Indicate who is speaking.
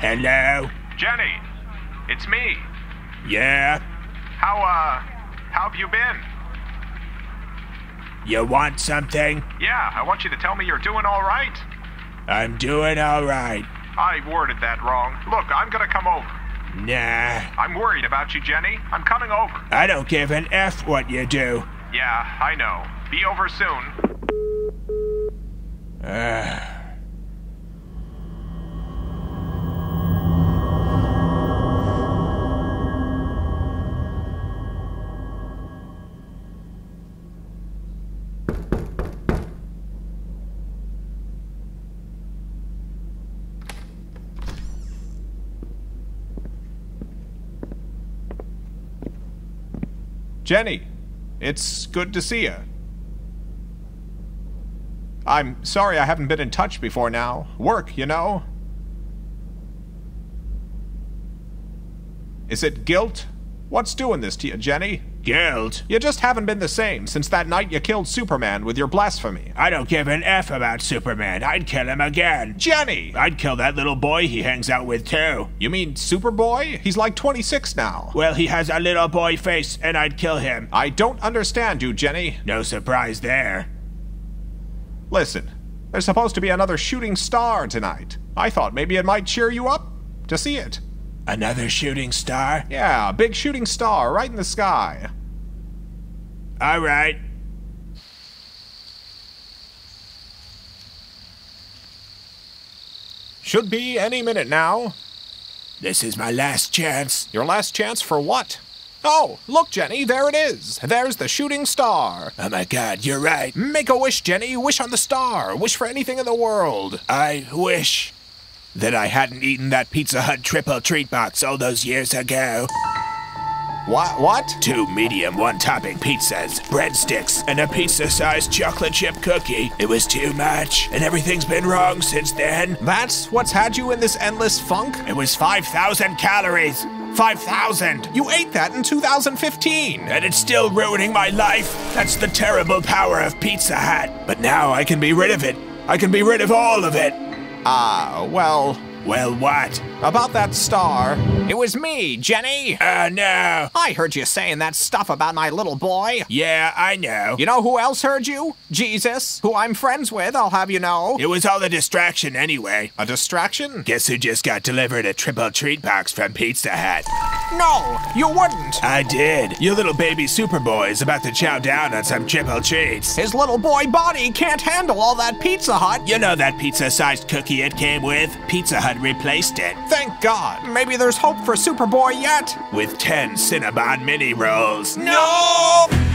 Speaker 1: Hello?
Speaker 2: Jenny, it's me.
Speaker 1: Yeah?
Speaker 2: How, uh, how have you been?
Speaker 1: You want something?
Speaker 2: Yeah, I want you to tell me you're doing all right.
Speaker 1: I'm doing alright.
Speaker 2: I worded that wrong. Look, I'm gonna come over.
Speaker 1: Nah,
Speaker 2: I'm worried about you, Jenny. I'm coming over.
Speaker 1: I don't give an F what you do.
Speaker 2: Yeah, I know. Be over soon. Jenny, it's good to see you. I'm sorry I haven't been in touch before now. Work, you know? Is it guilt? What's doing this to you, Jenny?
Speaker 1: Guilt?
Speaker 2: You just haven't been the same since that night you killed Superman with your blasphemy.
Speaker 1: I don't give an F about Superman. I'd kill him again.
Speaker 2: Jenny!
Speaker 1: I'd kill that little boy he hangs out with, too.
Speaker 2: You mean Superboy? He's like 26 now.
Speaker 1: Well, he has a little boy face, and I'd kill him.
Speaker 2: I don't understand you, Jenny.
Speaker 1: No surprise there.
Speaker 2: Listen, there's supposed to be another shooting star tonight. I thought maybe it might cheer you up to see it.
Speaker 1: Another shooting star?
Speaker 2: Yeah, big shooting star right in the sky.
Speaker 1: Alright.
Speaker 2: Should be any minute now.
Speaker 1: This is my last chance.
Speaker 2: Your last chance for what? Oh, look, Jenny, there it is. There's the shooting star.
Speaker 1: Oh my god, you're right.
Speaker 2: Make a wish, Jenny. Wish on the star. Wish for anything in the world.
Speaker 1: I wish that I hadn't eaten that Pizza Hut triple treat box all those years ago.
Speaker 2: What? What?
Speaker 1: Two medium one topping pizzas, breadsticks, and a pizza sized chocolate chip cookie. It was too much, and everything's been wrong since then.
Speaker 2: That's what's had you in this endless funk?
Speaker 1: It was 5,000 calories. 5,000!
Speaker 2: You ate that in 2015.
Speaker 1: And it's still ruining my life. That's the terrible power of Pizza Hut. But now I can be rid of it. I can be rid of all of it.
Speaker 2: Ah, well,
Speaker 1: Well, what?
Speaker 2: about that star. It was me, Jenny.
Speaker 1: Oh, no.
Speaker 2: I heard you saying that stuff about my little boy.
Speaker 1: Yeah, I know.
Speaker 2: You know who else heard you? Jesus, who I'm friends with, I'll have you know.
Speaker 1: It was all a distraction anyway.
Speaker 2: A distraction?
Speaker 1: Guess who just got delivered a triple treat box from Pizza Hut?
Speaker 2: No, you wouldn't.
Speaker 1: I did. Your little baby Superboy is about to chow down on some triple treats.
Speaker 2: His little boy body can't handle all that Pizza Hut.
Speaker 1: You know that pizza sized cookie it came with? Pizza Hut replaced it
Speaker 2: Thank God. Maybe there's hope for Superboy yet.
Speaker 1: with 10 Cinnabon mini rolls.
Speaker 2: No!